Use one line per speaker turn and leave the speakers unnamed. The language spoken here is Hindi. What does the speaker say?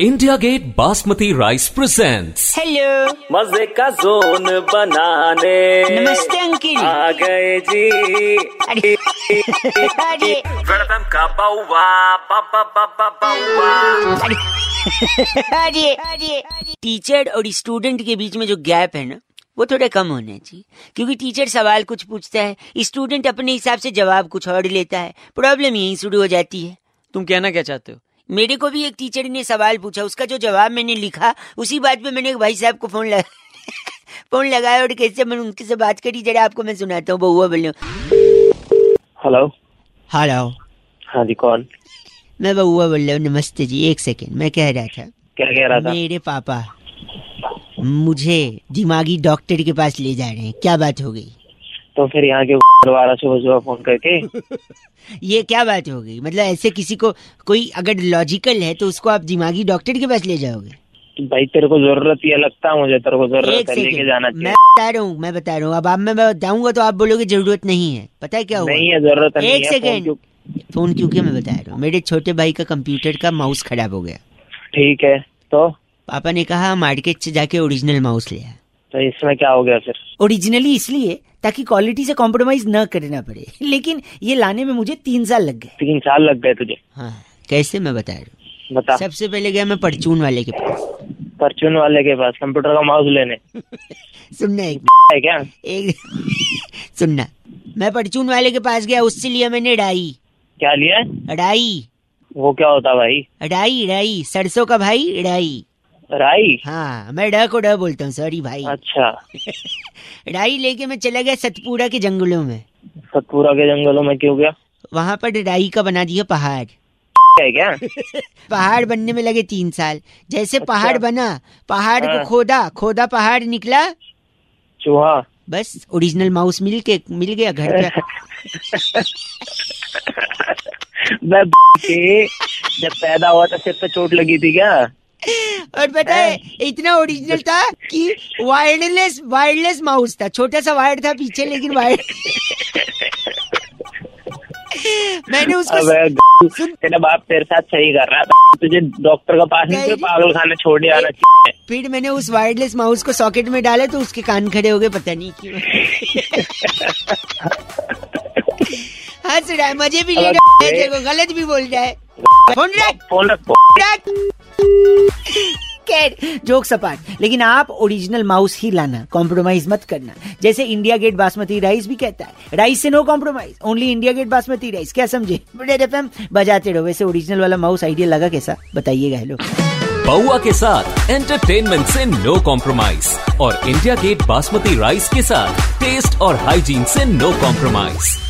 India Gate basmati rice presents
hello
मजे का जोन बनाने
नमस्ते अंकिल
आ गए जी
अरे अरे
वेलकम का बाउवा बाबा बाबा बाउवा
अरे अरे टीचर और स्टूडेंट के बीच में जो गैप है ना वो थोड़ा कम होना चाहिए क्योंकि टीचर सवाल कुछ पूछता है स्टूडेंट अपने हिसाब से जवाब कुछ और लेता है प्रॉब्लम यहीं शुरू हो जाती है
तुम कहना क्या चाहते हो
मेरे को भी एक टीचर ने सवाल पूछा उसका जो जवाब मैंने लिखा उसी बात पे मैंने एक भाई साहब को फोन लगा फोन लगाया और कैसे मैंने उनके से बात करी जरा आपको मैं सुनाता हूँ बहुआ बोलो
हेलो
हाँ राव
हाँ जी कौन
मैं बहुआ बोल रहा हूँ नमस्ते जी एक सेकेंड मैं कह रहा था
क्या कह रहा था
मेरे पापा मुझे दिमागी डॉक्टर के पास ले जा रहे हैं क्या बात हो गई
तो फिर यहाँ के दोबारा सुबह सुबह फोन करके
ये क्या बात हो गई मतलब ऐसे किसी को कोई अगर लॉजिकल है तो उसको आप दिमागी डॉक्टर के पास ले जाओगे
कि भाई तेरे को जरूरत ये लगता मुझे तेरे को
एक
जरूरत है लेके जाना
सेकेंड मैं
चाहिए
बता रहा हूँ मैं बता रहा हूँ अब आप मैं बताऊंगा तो आप बोलोगे जरूरत नहीं है पता है क्या हुआ
नहीं है जरूरत नहीं
एक
है फोन
सेकेंड
क्यों-
फोन क्यों क्या मैं बता रहा हूँ मेरे छोटे भाई का कंप्यूटर का माउस खराब हो गया
ठीक है तो
पापा ने कहा मार्केट से जाके ओरिजिनल माउस ले आ
तो इसमें क्या हो गया फिर
ओरिजिनली इसलिए ताकि क्वालिटी से कॉम्प्रोमाइज न करना पड़े लेकिन ये लाने में मुझे तीन साल लग गए
तीन साल लग गए तुझे
हाँ कैसे मैं बता रहा हूँ
बता
सबसे पहले गया मैं परचून वाले के पास
परचून वाले के पास कंप्यूटर का माउस लेने
सुनना एक
है क्या
एक सुनना मैं परचून वाले के पास गया उससे लिया मैंने राई
क्या लिया है?
राई
वो क्या होता भाई
राई राई सरसों का भाई राई
राई
हाँ मैं ड को ड बोलता हूँ सॉरी भाई
अच्छा
राई लेके मैं चला गया सतपुरा के जंगलों में
सतपुरा तो के जंगलों में क्यों गया
वहाँ पर राई का बना दिया पहाड़
है क्या
पहाड़ बनने में लगे तीन साल जैसे
अच्छा।
पहाड़ बना पहाड़ को
हाँ।
खोदा खोदा पहाड़ निकला
चूहा
बस ओरिजिनल माउस मिल के मिल गया घर का
मैं के जब पैदा हुआ था सिर पे चोट लगी थी क्या
और पता है
हाँ।
इतना ओरिजिनल था कि वायरलेस वायरलेस माउस था छोटा सा वायर था पीछे लेकिन वायर मैंने उसको
अबे
सुन-
तेरा बाप तेरे साथ सही कर रहा था तुझे डॉक्टर के पास नहीं
नहीं।
तो पागल खाने छोड़ के आना चाहिए
फिर मैंने उस वायरलेस माउस को सॉकेट में डाला तो उसके कान खड़े हो गए पता नहीं क्यों हाँ रहा है मजे भी ले रहा है देखो गलत भी बोल रहा है फोन रख
फोन रखो
रख
खैर जोक सपाट लेकिन आप ओरिजिनल माउस ही लाना कॉम्प्रोमाइज मत करना जैसे इंडिया गेट बासमती राइस भी कहता है राइस से no compromise only India Gate basmati rice क्या समझे बड़े एफएम बजाते रहो वैसे ओरिजिनल वाला माउस आइडिया लगा कैसा बताइएगा हेलो
बउआ के साथ एंटरटेनमेंट से नो कॉम्प्रोमाइज और इंडिया गेट बासमती राइस के साथ टेस्ट और हाइजीन से नो कॉम्प्रोमाइज